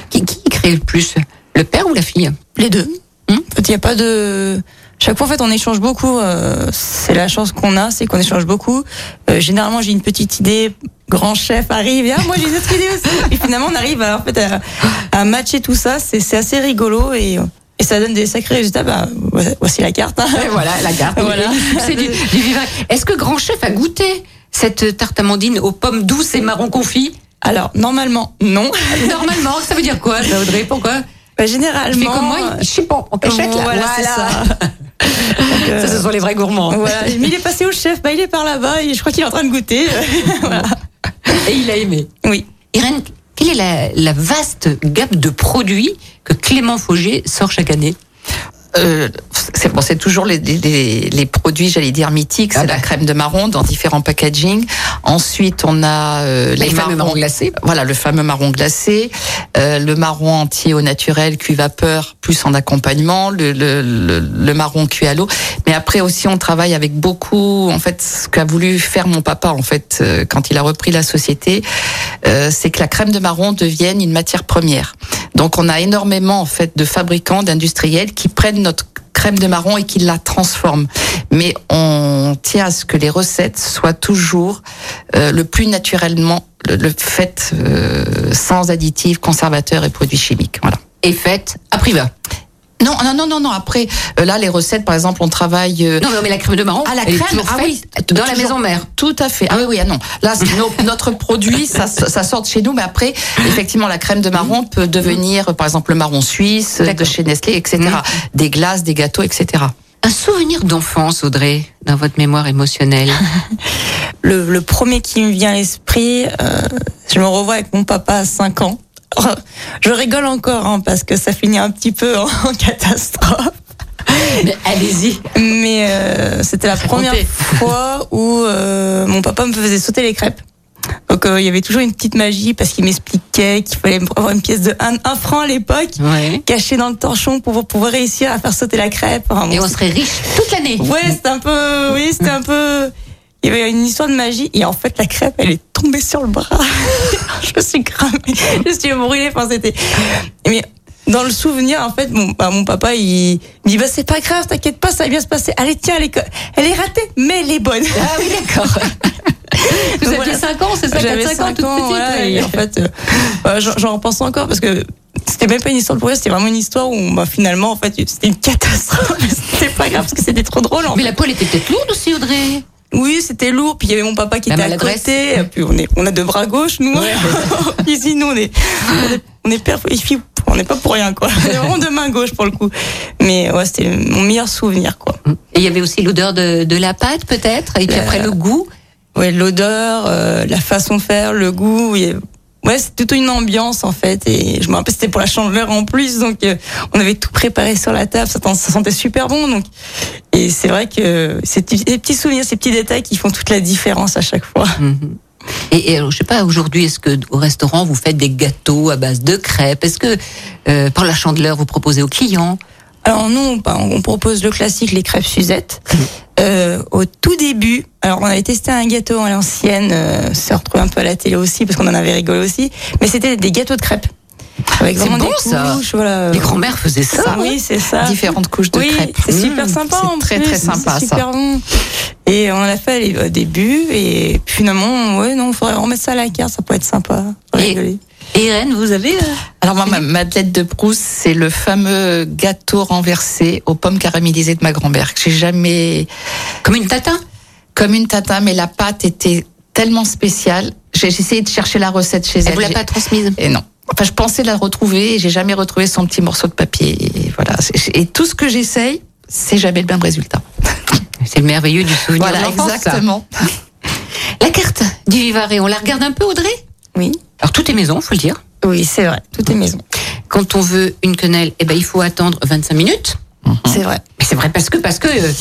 [SPEAKER 5] Qui, qui crée le plus Le père ou la fille
[SPEAKER 6] Les deux. Hein, En fait, il n'y a pas de... Chaque fois, en fait, on échange beaucoup. euh, c'est la chance qu'on a, c'est qu'on échange beaucoup. Euh, généralement, j'ai une petite idée. Grand chef arrive, et, ah, moi j'ai une autre idée aussi. Et finalement, on arrive à, en fait, à, à matcher tout ça. C'est c'est assez rigolo et, Et ça donne des sacrés résultats. Bah, voici la carte. hein.
[SPEAKER 3] Et voilà, la carte.
[SPEAKER 6] Voilà.
[SPEAKER 5] C'est du, du vivac. Est-ce que Grand Chef a goûté cette tarte amandine aux pommes douces et marron confit
[SPEAKER 6] Alors, normalement, non.
[SPEAKER 5] Normalement, ça veut dire quoi, ça, Audrey Pourquoi
[SPEAKER 6] Bah,
[SPEAKER 5] Je fais
[SPEAKER 6] généralement.
[SPEAKER 5] comme moi, il- je suis bon, en cachette là.
[SPEAKER 6] Voilà, c'est ça. Donc, euh,
[SPEAKER 5] Ça, ce sont les vrais gourmands.
[SPEAKER 6] voilà. Mais il est passé au chef, bah, il est par là-bas, et je crois qu'il est en train de goûter. Voilà.
[SPEAKER 5] Et il a aimé.
[SPEAKER 6] Oui.
[SPEAKER 5] Irène, quelle est la, la vaste gamme de produits que Clément Fauger sort chaque année
[SPEAKER 3] Euh, c'est bon, c'est toujours les, les- les- les produits, j'allais dire mythiques.
[SPEAKER 5] Ah
[SPEAKER 3] c'est
[SPEAKER 5] bah.
[SPEAKER 3] la crème de marron dans différents packaging. Ensuite, on a euh, les,
[SPEAKER 5] fameux marrons glacés.
[SPEAKER 3] Voilà, le fameux marron glacé, euh, le marron entier au naturel cuit vapeur, plus en accompagnement, le, le, le, le marron cuit à l'eau. Mais après aussi, on travaille avec beaucoup. En fait, ce qu'a voulu faire mon papa, en fait, euh, quand il a repris la société, euh, c'est que la crème de marron devienne une matière première. Donc, on a énormément en fait de fabricants, d'industriels qui prennent notre crème de marron et qui la transforment. Mais on tient à ce que les recettes soient toujours euh, le plus naturellement le, le fait euh, sans additifs, conservateurs et produits chimiques. Voilà.
[SPEAKER 5] est faite à Priva.
[SPEAKER 3] Non, non, non, non, non. Après, euh, là, les recettes, par exemple, on travaille. euh,
[SPEAKER 5] Non, mais on met la crème de marron.
[SPEAKER 3] à la
[SPEAKER 5] elle est
[SPEAKER 3] crème,
[SPEAKER 5] toujours
[SPEAKER 3] ah
[SPEAKER 5] faite
[SPEAKER 3] oui,
[SPEAKER 5] dans la
[SPEAKER 3] toujours-
[SPEAKER 5] maison mère.
[SPEAKER 3] Tout à fait. Ah oui, oui, ah non. Là, c'est nos- notre produit, ça, ça sort de chez nous, mais après, effectivement, la crème de marron peut devenir, euh, par exemple, le marron suisse euh, de
[SPEAKER 5] Mhm. D'accord. Mhm.
[SPEAKER 3] chez Nestlé, etc. Des glaces, des gâteaux, etc.
[SPEAKER 5] Un souvenir d'enfance, Audrey, dans votre mémoire émotionnelle.
[SPEAKER 6] Le, le premier qui me vient à l'esprit, euh, je me revois avec mon papa à 5 ans. Je rigole encore hein, parce que ça finit un petit peu en, en catastrophe.
[SPEAKER 5] Mais allez-y.
[SPEAKER 6] Mais euh, c'était la première fois où euh, mon papa me faisait sauter les crêpes. Donc euh, il y avait toujours une petite magie parce qu'il m'expliquait qu'il fallait avoir une pièce de 1 franc à l'époque,
[SPEAKER 5] Ouais.
[SPEAKER 6] cachée dans le torchon pour pouvoir réussir à faire sauter la crêpe. Enfin, bon,
[SPEAKER 5] Et on serait riche toute l'année.
[SPEAKER 6] Ouais, c'était un peu. Oui, c'était un peu. Il y avait une histoire de magie et en fait la crêpe elle est tombée sur le bras. je me suis cramée, je suis brûlée. Enfin c'était. Mais dans le souvenir en fait mon, bah, mon papa il me dit bah c'est pas grave t'inquiète pas ça va bien se passer. Allez tiens elle est, co- elle est ratée mais elle est bonne.
[SPEAKER 5] Ah oui, d'accord. Vous
[SPEAKER 6] Donc,
[SPEAKER 5] aviez
[SPEAKER 6] voilà.
[SPEAKER 5] 5 ans, c'est ça
[SPEAKER 6] J'avais
[SPEAKER 5] 4-5 ans,
[SPEAKER 6] cinq
[SPEAKER 5] toute
[SPEAKER 6] ans,
[SPEAKER 5] petite.
[SPEAKER 6] voilà,
[SPEAKER 5] ouais.
[SPEAKER 6] et en fait, euh, voilà, j'en- j'en repense encore parce que c'était même pas une histoire de progrès, c'était vraiment une histoire où bah, finalement en fait c'était une catastrophe. mais c'était pas grave parce que c'était trop drôle. En
[SPEAKER 5] Mais la poêle était peut-être lourde aussi, Audrey.
[SPEAKER 6] Oui, c'était lourd. Puis il y avait mon papa qui
[SPEAKER 5] La
[SPEAKER 6] était à
[SPEAKER 5] maladresse.
[SPEAKER 6] côté. Et puis on est, on a deux bras gauches, nous. Ici, nous, on est, on est, on est père et fille. On n'est pas pour rien, quoi. On est vraiment de main gauche pour le coup. Mais ouais, c'était mon meilleur souvenir, quoi.
[SPEAKER 5] Et il y avait aussi l'odeur de, de la pâte, peut-être. Et puis après, le goût.
[SPEAKER 6] Ouais, l'odeur, euh, la façon de faire, le goût. et- Ouais, c'est toute une ambiance en fait. Et je me rappelle, c'était pour la chandeleur en plus, donc euh, on avait tout préparé sur la table. Ça, tent- ça sentait super bon. Donc, et c'est vrai que ces petits- ces petits souvenirs, ces petits détails qui font toute la différence à chaque fois.
[SPEAKER 5] Mm. Et, et alors, je sais pas, aujourd'hui, est-ce que au restaurant, vous faites des gâteaux à base de crêpes Est-ce que, euh, par la chandeleur, vous proposez aux clients
[SPEAKER 6] Alors nous, on- bah, on propose le classique, les crêpes Suzette.
[SPEAKER 5] Mm.
[SPEAKER 6] Euh, au tout début, alors on avait testé un gâteau à l'ancienne, euh, ça se retrouve un peu à la télé aussi, parce qu'on en avait rigolé aussi, mais c'était des gâteaux de crêpes. Avec
[SPEAKER 5] C'est
[SPEAKER 6] vraiment
[SPEAKER 5] bon,
[SPEAKER 6] des
[SPEAKER 5] ça.
[SPEAKER 6] couches, voilà.
[SPEAKER 5] Les grands-mères faisaient ça.
[SPEAKER 6] Ça,
[SPEAKER 5] hein
[SPEAKER 6] Ah oui, c'est ça.
[SPEAKER 3] Différentes couches de
[SPEAKER 6] oui,
[SPEAKER 3] crêpes.
[SPEAKER 6] c'est super
[SPEAKER 3] Mmh,
[SPEAKER 6] sympa
[SPEAKER 3] c'est
[SPEAKER 6] en
[SPEAKER 3] très,
[SPEAKER 6] plus,
[SPEAKER 3] très
[SPEAKER 6] c'est
[SPEAKER 3] sympa, ça.
[SPEAKER 6] super bon. Et on l'a fait au début, et puis finalement, ouais, non, faudrait remettre ça à la carte, ça pourrait être sympa.
[SPEAKER 5] Et-
[SPEAKER 6] Rigoler.
[SPEAKER 5] Et Irène, vous avez euh,
[SPEAKER 3] Alors moi, ma, ma tête de Proust, c'est le fameux gâteau renversé aux pommes caramélisées de ma grand-mère. que J'ai jamais
[SPEAKER 5] comme une tata
[SPEAKER 3] comme une tata, mais la pâte était tellement spéciale. J'ai j'ai essayé de chercher la recette chez elle.
[SPEAKER 5] Elle vous l'a
[SPEAKER 3] J'ai-
[SPEAKER 5] pas transmise.
[SPEAKER 3] Et non. Enfin, je pensais la retrouver et j'ai jamais retrouvé son petit morceau de papier. Et voilà. C'est- Et tout ce que j'essaye, c'est jamais le même résultat.
[SPEAKER 5] C'est le merveilleux du souvenir de
[SPEAKER 3] Voilà,
[SPEAKER 5] l'enfance, ça.
[SPEAKER 3] exactement.
[SPEAKER 5] La carte du Vivarais, on la regarde un peu, Audrey
[SPEAKER 6] Oui,
[SPEAKER 5] Alors, tout est maison, faut le dire.
[SPEAKER 6] oui, c'est vrai, tout est maison,
[SPEAKER 5] Quand on veut une quenelle, eh ben, il faut attendre 25 minutes.
[SPEAKER 6] c'est vrai.
[SPEAKER 5] Mais c'est vrai, parce que, parce que, euh,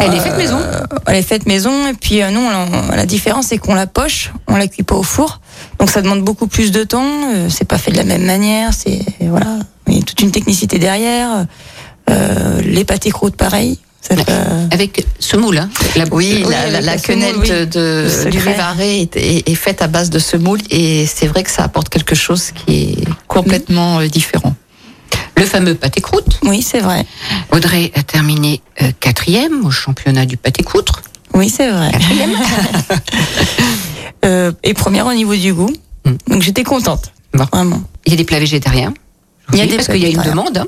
[SPEAKER 5] elle est faite maison.
[SPEAKER 6] Elle est faite maison et puis euh, nous, on- on- la différence c'est qu'on la poche, on la cuit pas au four, donc ça demande beaucoup plus de temps. euh, c'est pas fait de la même manière, c'est voilà, il y a toute une technicité derrière. euh, les pâtés croûtes, pareil. Ça fait, euh,
[SPEAKER 5] Avec ce moule, hein. La-
[SPEAKER 3] Oui,
[SPEAKER 6] Oui,
[SPEAKER 3] la, la-
[SPEAKER 6] avec
[SPEAKER 3] la
[SPEAKER 6] la
[SPEAKER 3] quenelle
[SPEAKER 6] semoule,
[SPEAKER 3] de,
[SPEAKER 6] oui.
[SPEAKER 3] de-
[SPEAKER 6] Le secret.
[SPEAKER 3] du Vivarais est, est- est faite à base de semoule et c'est vrai que ça apporte quelque chose qui est complètement euh, différent.
[SPEAKER 5] le fameux pâté croûte.
[SPEAKER 6] oui, c'est vrai.
[SPEAKER 5] Audrey a terminé euh, quatrième au championnat du pâté croûte.
[SPEAKER 6] Oui, c'est vrai. Euh, et première au niveau du goût,
[SPEAKER 5] Mm.
[SPEAKER 6] donc j'étais contente,
[SPEAKER 5] Bon.
[SPEAKER 6] vraiment.
[SPEAKER 5] Il y a des plats végétariens.
[SPEAKER 6] Il y a
[SPEAKER 5] Oui,
[SPEAKER 6] des
[SPEAKER 5] parce
[SPEAKER 6] plats
[SPEAKER 5] qu'il y a une
[SPEAKER 6] végétariens.
[SPEAKER 5] demande. hein.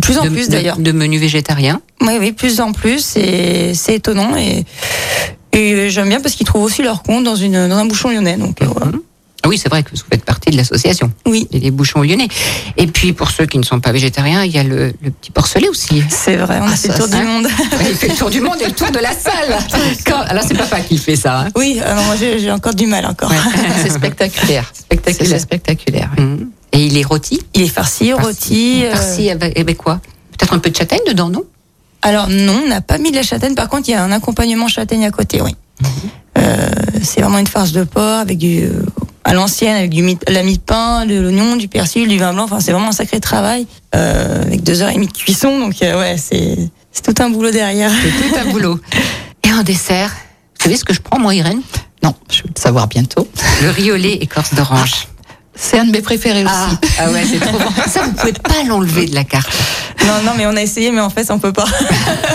[SPEAKER 6] Plus en
[SPEAKER 5] de,
[SPEAKER 6] plus
[SPEAKER 5] de-
[SPEAKER 6] d'ailleurs.
[SPEAKER 5] de menus végétariens.
[SPEAKER 6] Oui, oui, plus en plus, et c'est étonnant. Et, et j'aime bien parce qu'ils trouvent aussi leur compte dans, une, dans un bouchon lyonnais. Donc, euh, voilà.
[SPEAKER 5] Ah Oui, c'est vrai que vous faites partie de l'association.
[SPEAKER 6] Oui.
[SPEAKER 5] Et des bouchons lyonnais. Et puis, pour ceux qui ne sont pas végétariens, il y a le, le petit porcelet aussi.
[SPEAKER 6] C'est vrai, on a
[SPEAKER 5] Ah,
[SPEAKER 6] fait le
[SPEAKER 5] ça,
[SPEAKER 6] tour du
[SPEAKER 5] ça.
[SPEAKER 6] monde.
[SPEAKER 5] Ouais, il fait le tour du monde et le tour de la salle. Quand- Alors, c'est papa qui fait ça. hein.
[SPEAKER 6] oui, euh, non, moi j'ai j'ai encore du mal encore.
[SPEAKER 3] C'est spectaculaire. Spectaculaire.
[SPEAKER 5] C'est ça.
[SPEAKER 3] spectaculaire.
[SPEAKER 5] Mhm. Et il est rôti.
[SPEAKER 6] Il est farci, rôti. euh,
[SPEAKER 5] Farci avec, avec quoi Peut-être un peu de châtaigne dedans, non
[SPEAKER 6] Alors non, on n'a pas mis de la châtaigne. Par contre, il y a un accompagnement châtaigne à côté, oui. Euh, c'est vraiment une farce de porc avec du euh, à l'ancienne avec du mi- la mi-pain, de l'oignon, du persil, du vin blanc. Enfin, c'est vraiment un sacré travail euh, avec deux heures et demie de cuisson. Donc euh, ouais, c'est c'est tout un boulot derrière.
[SPEAKER 5] C'est tout un boulot. Et un dessert. Vous savez ce que je prends, moi, Irène
[SPEAKER 3] Non, je vais le savoir bientôt.
[SPEAKER 5] Le riolet écorce d'orange.
[SPEAKER 3] C'est un de mes préférés aussi.
[SPEAKER 5] ah ouais, c'est trop bon. Ça, vous pouvez pas l'enlever de la carte.
[SPEAKER 6] non, non, mais on a essayé, mais en fait, on peut pas.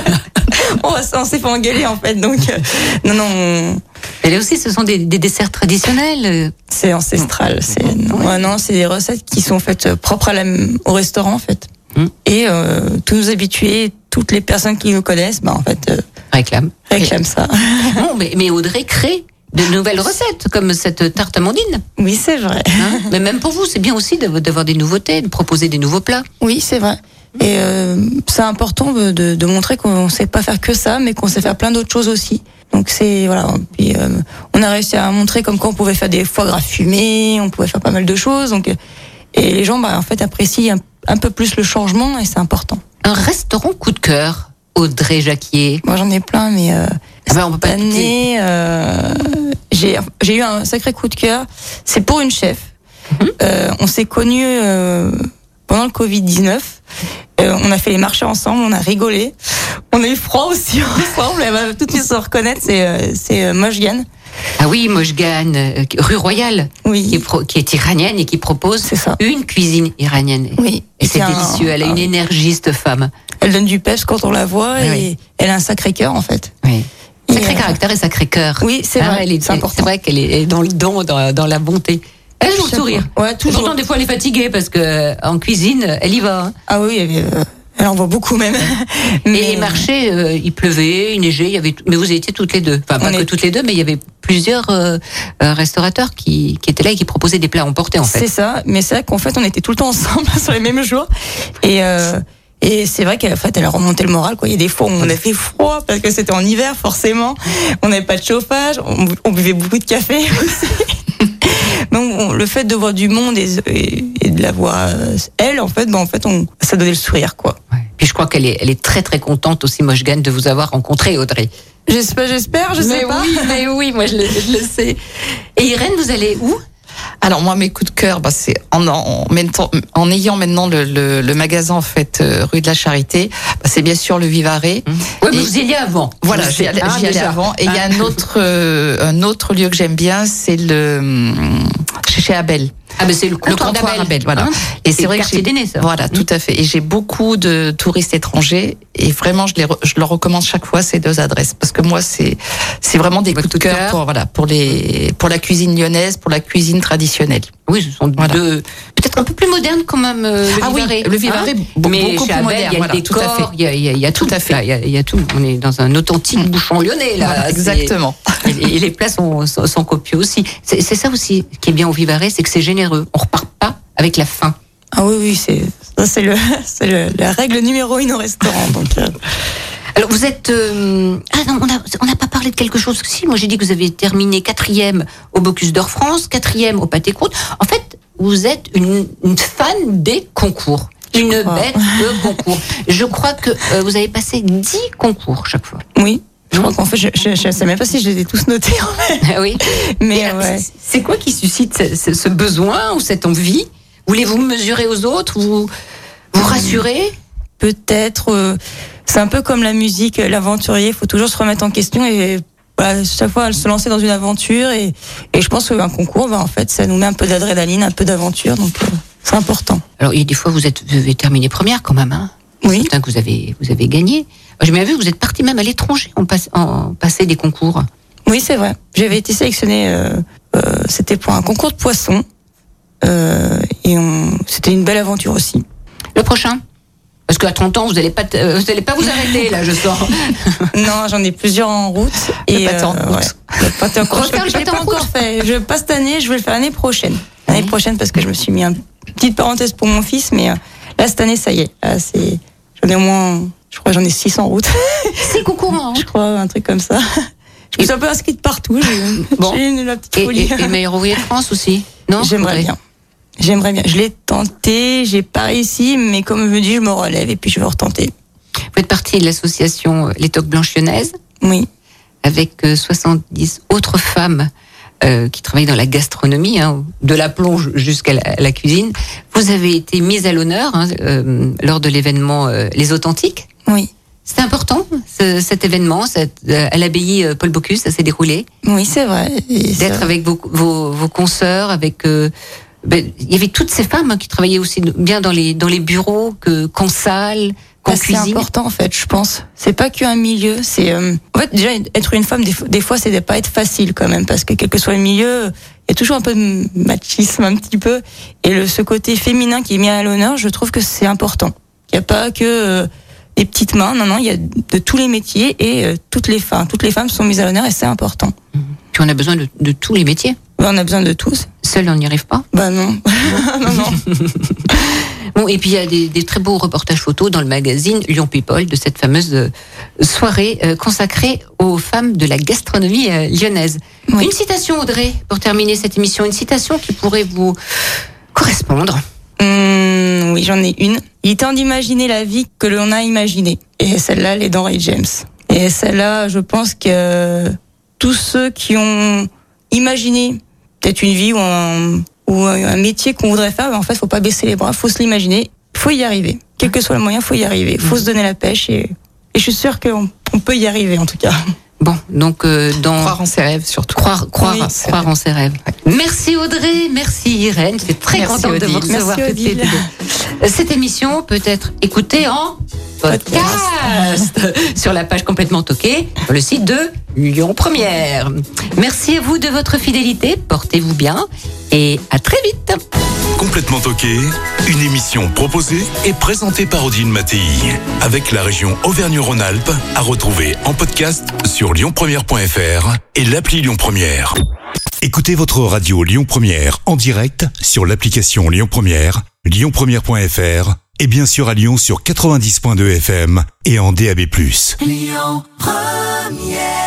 [SPEAKER 6] on va- on s'est fait engueuler en fait. Donc euh, non, non, on-
[SPEAKER 5] Et là aussi, ce sont des, des desserts traditionnels. euh,
[SPEAKER 6] c'est ancestral. C'est non, ouais, non, c'est des recettes qui sont faites euh, propres à la, au restaurant en fait.
[SPEAKER 5] Mm.
[SPEAKER 6] Et euh, tous nos habitués, toutes les personnes qui nous connaissent, bah en fait euh,
[SPEAKER 5] Réclame.
[SPEAKER 6] réclament ça.
[SPEAKER 5] Bon, mais, mais Audrey crée de nouvelles recettes, comme cette tarte amandine.
[SPEAKER 6] oui, c'est vrai.
[SPEAKER 5] hein. mais même pour vous, c'est bien aussi de- d'avoir des nouveautés, de proposer des nouveaux plats.
[SPEAKER 6] Oui, c'est vrai. Et euh, c'est important de, de- de montrer qu'on sait pas faire que ça, mais qu'on sait faire plein d'autres choses aussi. Donc c'est voilà. Puis euh, on a réussi à montrer comme quoi on pouvait faire des foie gras fumés, on pouvait faire pas mal de choses. Donc euh, et les gens, bah en fait, apprécient un, un peu plus le changement et c'est important.
[SPEAKER 5] Un restaurant coup de cœur, Audrey Jacquier.
[SPEAKER 6] Moi, j'en ai plein, mais euh,
[SPEAKER 5] Ah ben, on peut pas
[SPEAKER 6] cette
[SPEAKER 5] écouter.
[SPEAKER 6] année, euh, j'ai j'ai eu un sacré coup de cœur. C'est pour une chef. Euh, on s'est connus euh, pendant le Covid 19. on a fait les marchés ensemble, on a rigolé, on a eu froid aussi ensemble. Elle va tout de suite se reconnaître. C'est euh, c'est euh, Mojgan.
[SPEAKER 5] Ah oui, Mojgan, euh, rue Royale, qui est,
[SPEAKER 6] Oui,
[SPEAKER 5] pro- qui est iranienne et qui propose
[SPEAKER 6] c'est ça.
[SPEAKER 5] une cuisine iranienne.
[SPEAKER 6] Oui. Ah
[SPEAKER 5] Et c'est
[SPEAKER 6] puis un-
[SPEAKER 5] délicieux, elle a une énergie, cette femme.
[SPEAKER 6] Elle donne du peps quand on la voit et
[SPEAKER 5] Ah oui.
[SPEAKER 6] elle a un sacré cœur en fait.
[SPEAKER 5] Oui. Sacré
[SPEAKER 6] Et, euh,
[SPEAKER 5] caractère et sacré cœur.
[SPEAKER 6] Oui, c'est
[SPEAKER 5] Ah,
[SPEAKER 6] vrai.
[SPEAKER 5] elle est-
[SPEAKER 6] C'est important.
[SPEAKER 5] C'est vrai qu'elle est dans le don, dans, dans la bonté. Elle a toujours le sourire.
[SPEAKER 6] Ouais, toujours.
[SPEAKER 5] Pourtant, des fois, elle est fatiguée parce que euh, en cuisine, elle y va. hein.
[SPEAKER 6] Ah oui, elle, est, euh, elle en voit beaucoup même.
[SPEAKER 5] Et les marchés, euh, il pleuvait, il neigeait, il y avait. tout- Mais vous étiez toutes les deux, enfin pas
[SPEAKER 6] On
[SPEAKER 5] que
[SPEAKER 6] est-
[SPEAKER 5] toutes les deux, mais il y avait plusieurs euh, euh, restaurateurs qui, qui étaient là et qui proposaient des plats emportés en
[SPEAKER 6] C'est
[SPEAKER 5] fait.
[SPEAKER 6] ça, mais c'est vrai qu'en fait, on était tout le temps ensemble sur les mêmes jours. Et, euh, et c'est vrai qu'en fait, elle a remonté le moral. Quoi. Il y a des fois où on a fait froid parce que c'était en hiver, forcément. On n'avait pas de chauffage, on, bu- on buvait beaucoup de café aussi. Donc, on- le fait de voir du monde et, et- et de la voir, euh, elle, en fait, bah, en fait on, ça donnait le sourire. quoi.
[SPEAKER 5] Ouais. Puis je crois qu'elle est, elle est très très contente aussi, Moshgan, de vous avoir rencontré, Audrey.
[SPEAKER 6] J'espère, j'espère, je sais
[SPEAKER 5] mais
[SPEAKER 6] pas.
[SPEAKER 5] oui, mais oui, moi je le, je le sais. Et Irène, vous allez où
[SPEAKER 3] Alors moi, mes coups de cœur, bah, c'est en, en, en même temps- en ayant maintenant le, le- le magasin en fait euh, rue de la Charité, bah, c'est bien sûr le Vivaré.
[SPEAKER 5] Oui, mais
[SPEAKER 3] Et-
[SPEAKER 5] vous y allez avant.
[SPEAKER 3] Voilà,
[SPEAKER 5] Vous
[SPEAKER 3] j'y allais,
[SPEAKER 5] Ah,
[SPEAKER 3] j'y allais
[SPEAKER 5] déjà.
[SPEAKER 3] avant. Et il y a
[SPEAKER 5] Ah.
[SPEAKER 3] un autre euh, un autre lieu que j'aime bien, c'est le hum, chez chez Abel.
[SPEAKER 5] Ah, mais c'est le
[SPEAKER 3] Le
[SPEAKER 5] comptoir,
[SPEAKER 3] comptoir
[SPEAKER 5] d'Abel.
[SPEAKER 3] Abel, voilà.
[SPEAKER 5] Hein
[SPEAKER 3] et
[SPEAKER 5] C'est le quartier
[SPEAKER 3] j'ai
[SPEAKER 5] d'aînés, ça.
[SPEAKER 3] Voilà, tout à fait. Et j'ai beaucoup de touristes étrangers et vraiment je les re- je leur recommande chaque fois ces deux adresses parce que moi c'est c'est vraiment des
[SPEAKER 5] Votre
[SPEAKER 3] coups de cœur,
[SPEAKER 5] cœur.
[SPEAKER 3] pour voilà, pour les pour la cuisine lyonnaise, pour la cuisine traditionnelle.
[SPEAKER 5] Oui, ce sont
[SPEAKER 3] Voilà.
[SPEAKER 5] deux. Peut-être un peu plus modernes quand même. euh, le
[SPEAKER 3] Ah oui,
[SPEAKER 5] Vivarais,
[SPEAKER 3] le Vivarais, be-
[SPEAKER 5] Mais
[SPEAKER 3] beaucoup
[SPEAKER 5] chez
[SPEAKER 3] plus
[SPEAKER 5] Abel,
[SPEAKER 3] moderne,
[SPEAKER 5] Il y a
[SPEAKER 3] voilà,
[SPEAKER 5] des
[SPEAKER 3] tout à fait.
[SPEAKER 5] décors, il y a, il y a- il y a tout.
[SPEAKER 3] à fait. Mm.
[SPEAKER 5] Là, Il y, a, il y a tout. On est dans un authentique bouchon lyonnais là.
[SPEAKER 3] Voilà,
[SPEAKER 5] C'est-
[SPEAKER 3] exactement.
[SPEAKER 5] Et, et les plats sont, sont, sont copieux aussi. C'est c'est ça aussi qui est bien au Vivarais, c'est que c'est généreux. On repart pas avec la faim.
[SPEAKER 6] Ah oui, oui, c'est ça, c'est le, c'est le- la règle numéro une au restaurant. Donc, euh,
[SPEAKER 5] Alors vous êtes euh, ah non on n'a on n'a pas parlé de quelque chose si moi j'ai dit que vous avez terminé quatrième au Bocuse d'Or France quatrième au Pâté Croûte en fait vous êtes une, une fan des concours une
[SPEAKER 6] crois.
[SPEAKER 5] bête de concours je crois que euh, vous avez passé 10 concours chaque fois
[SPEAKER 6] oui, je crois qu'en fait, je, je, je sais même pas si je les ai tous notés.
[SPEAKER 5] Ah oui
[SPEAKER 6] Mais
[SPEAKER 5] Et,
[SPEAKER 6] euh, ouais.
[SPEAKER 5] c'est- c'est quoi qui suscite ce, ce- ce besoin ou cette envie voulez-vous mesurer aux autres vous vous rassurer
[SPEAKER 6] peut-être. euh, c'est un peu comme la musique, euh, l'aventurier, il faut toujours se remettre en question et voilà, chaque fois se lancer dans une aventure. Et, et je pense qu'un concours, bah, en fait, ça nous met un peu d'adrénaline, un peu d'aventure, donc euh, c'est important.
[SPEAKER 5] alors il y a des fois vous êtes vous avez terminé première quand même hein
[SPEAKER 6] Oui,
[SPEAKER 5] Certains que vous avez, vous avez gagné. J'ai bien vu que vous êtes parti même à l'étranger en, passe- en passer des concours.
[SPEAKER 6] oui, c'est vrai. J'avais été sélectionnée, euh, euh, c'était pour un concours de poissons. Euh, et on- c'était une belle aventure aussi.
[SPEAKER 5] Le prochain Parce qu'à 30 ans, vous n'allez pas, te- euh, vous allez pas vous arrêter, là, je sens.
[SPEAKER 6] Non, j'en ai plusieurs en route. euh,
[SPEAKER 3] Le pâté en route.
[SPEAKER 6] Le pâté en route.
[SPEAKER 5] Regarde, le
[SPEAKER 6] Je l'ai
[SPEAKER 5] pâté
[SPEAKER 6] pas
[SPEAKER 5] en
[SPEAKER 6] encore
[SPEAKER 5] route.
[SPEAKER 6] fait. Je passe cette année, je vais le faire l'année prochaine. L'année prochaine parce que je me suis mis une petite parenthèse pour mon fils, mais euh, là cette année ça y est. Là, c'est, j'en ai au moins, je crois que j'en ai six en route,
[SPEAKER 5] C'est coucou, hein.
[SPEAKER 6] je crois, un truc comme ça. Je me suis un peu inscrite partout. J'ai,
[SPEAKER 5] Bon.
[SPEAKER 6] j'ai une, la petite
[SPEAKER 5] Et,
[SPEAKER 6] folie.
[SPEAKER 5] et, et Meilleur Ouvrier de France aussi, non
[SPEAKER 6] J'aimerais
[SPEAKER 5] Ouais.
[SPEAKER 6] bien. J'aimerais bien. Je l'ai tenté, j'ai pas réussi, mais comme je dis, je me relève et puis je vais retenter.
[SPEAKER 5] Vous êtes partie de l'association euh, Les Toques Blanchionnaises,
[SPEAKER 6] Oui.
[SPEAKER 5] avec euh, 70 autres femmes euh, qui travaillent dans la gastronomie, hein, de la plonge jusqu'à la, la cuisine. Vous avez été mise à l'honneur hein, euh, lors de l'événement euh, Les Authentiques.
[SPEAKER 6] Oui.
[SPEAKER 5] C'est important, ce- cet événement, cette- euh, à l'abbaye euh, Paul Bocuse, ça s'est déroulé.
[SPEAKER 6] Oui, c'est vrai. Et c'est
[SPEAKER 5] d'être avec vos, vos, vos consoeurs, avec. euh, ben, il y avait toutes ces femmes hein, qui travaillaient aussi bien dans les, dans les bureaux que qu'en salle, qu'en
[SPEAKER 6] Bah, C'est
[SPEAKER 5] cuisine.
[SPEAKER 6] important en fait, je pense. C'est pas qu'un milieu, c'est euh, en fait déjà être une femme des, fo- des fois c'est pas être facile quand même parce que quel que soit le milieu, il y a toujours un peu de machisme un petit peu et le ce côté féminin qui est mis à l'honneur, je trouve que c'est important. Il y a pas que euh, des petites mains, non non, il y a de tous les métiers et euh, toutes les femmes, toutes les femmes sont mises à l'honneur et c'est important.
[SPEAKER 5] Puis on a besoin de, de tous les métiers.
[SPEAKER 6] Bah, on a besoin de tous.
[SPEAKER 5] Seul, on n'y arrive pas.
[SPEAKER 6] Bah non. non non.
[SPEAKER 5] Bon, et puis il y a des, des très beaux reportages photos dans le magazine Lyon People de cette fameuse euh, soirée euh, consacrée aux femmes de la gastronomie euh, lyonnaise.
[SPEAKER 6] Oui.
[SPEAKER 5] Une citation, Audrey, pour terminer cette émission, une citation qui pourrait vous correspondre.
[SPEAKER 6] Hum, oui, j'en ai une. Il est temps d'imaginer la vie que l'on a imaginée. Et celle-là, elle est d'Henry James. Et celle-là, je pense que tous ceux qui ont imaginé peut-être une vie ou un, ou un métier qu'on voudrait faire, ben en fait, faut pas baisser les bras, faut se l'imaginer, faut y arriver. Quel que soit le moyen, faut y arriver, faut se donner la pêche et, et je suis sûre qu'on on peut y arriver en tout cas.
[SPEAKER 5] Bon, donc euh, dans
[SPEAKER 3] Croire en ses rêves surtout.
[SPEAKER 5] Croire, croire,
[SPEAKER 3] Oui, c'est
[SPEAKER 5] croire en ses rêves. Merci Audrey, merci Irène. J'étais très
[SPEAKER 3] Merci,
[SPEAKER 5] contente de vous
[SPEAKER 3] Odile.
[SPEAKER 5] recevoir
[SPEAKER 6] Merci,
[SPEAKER 5] toutes les
[SPEAKER 6] Odile.
[SPEAKER 5] deux. Cette émission peut être écoutée en podcast sur la page complètement toquée, sur le site de Lyon Première. Merci à vous de votre fidélité. Portez-vous bien et à très vite.
[SPEAKER 1] Complètement toqué, une émission proposée et présentée par Odile Mattei. Avec la région Auvergne-Rhône-Alpes, à retrouver en podcast sur lyonpremière.fr et l'appli Lyon Première.
[SPEAKER 10] Écoutez votre radio Lyon Première en direct sur l'application Lyon Première, lyonpremière.fr et bien sûr à Lyon sur 90.2 FM et en DAB+.
[SPEAKER 7] Lyon Première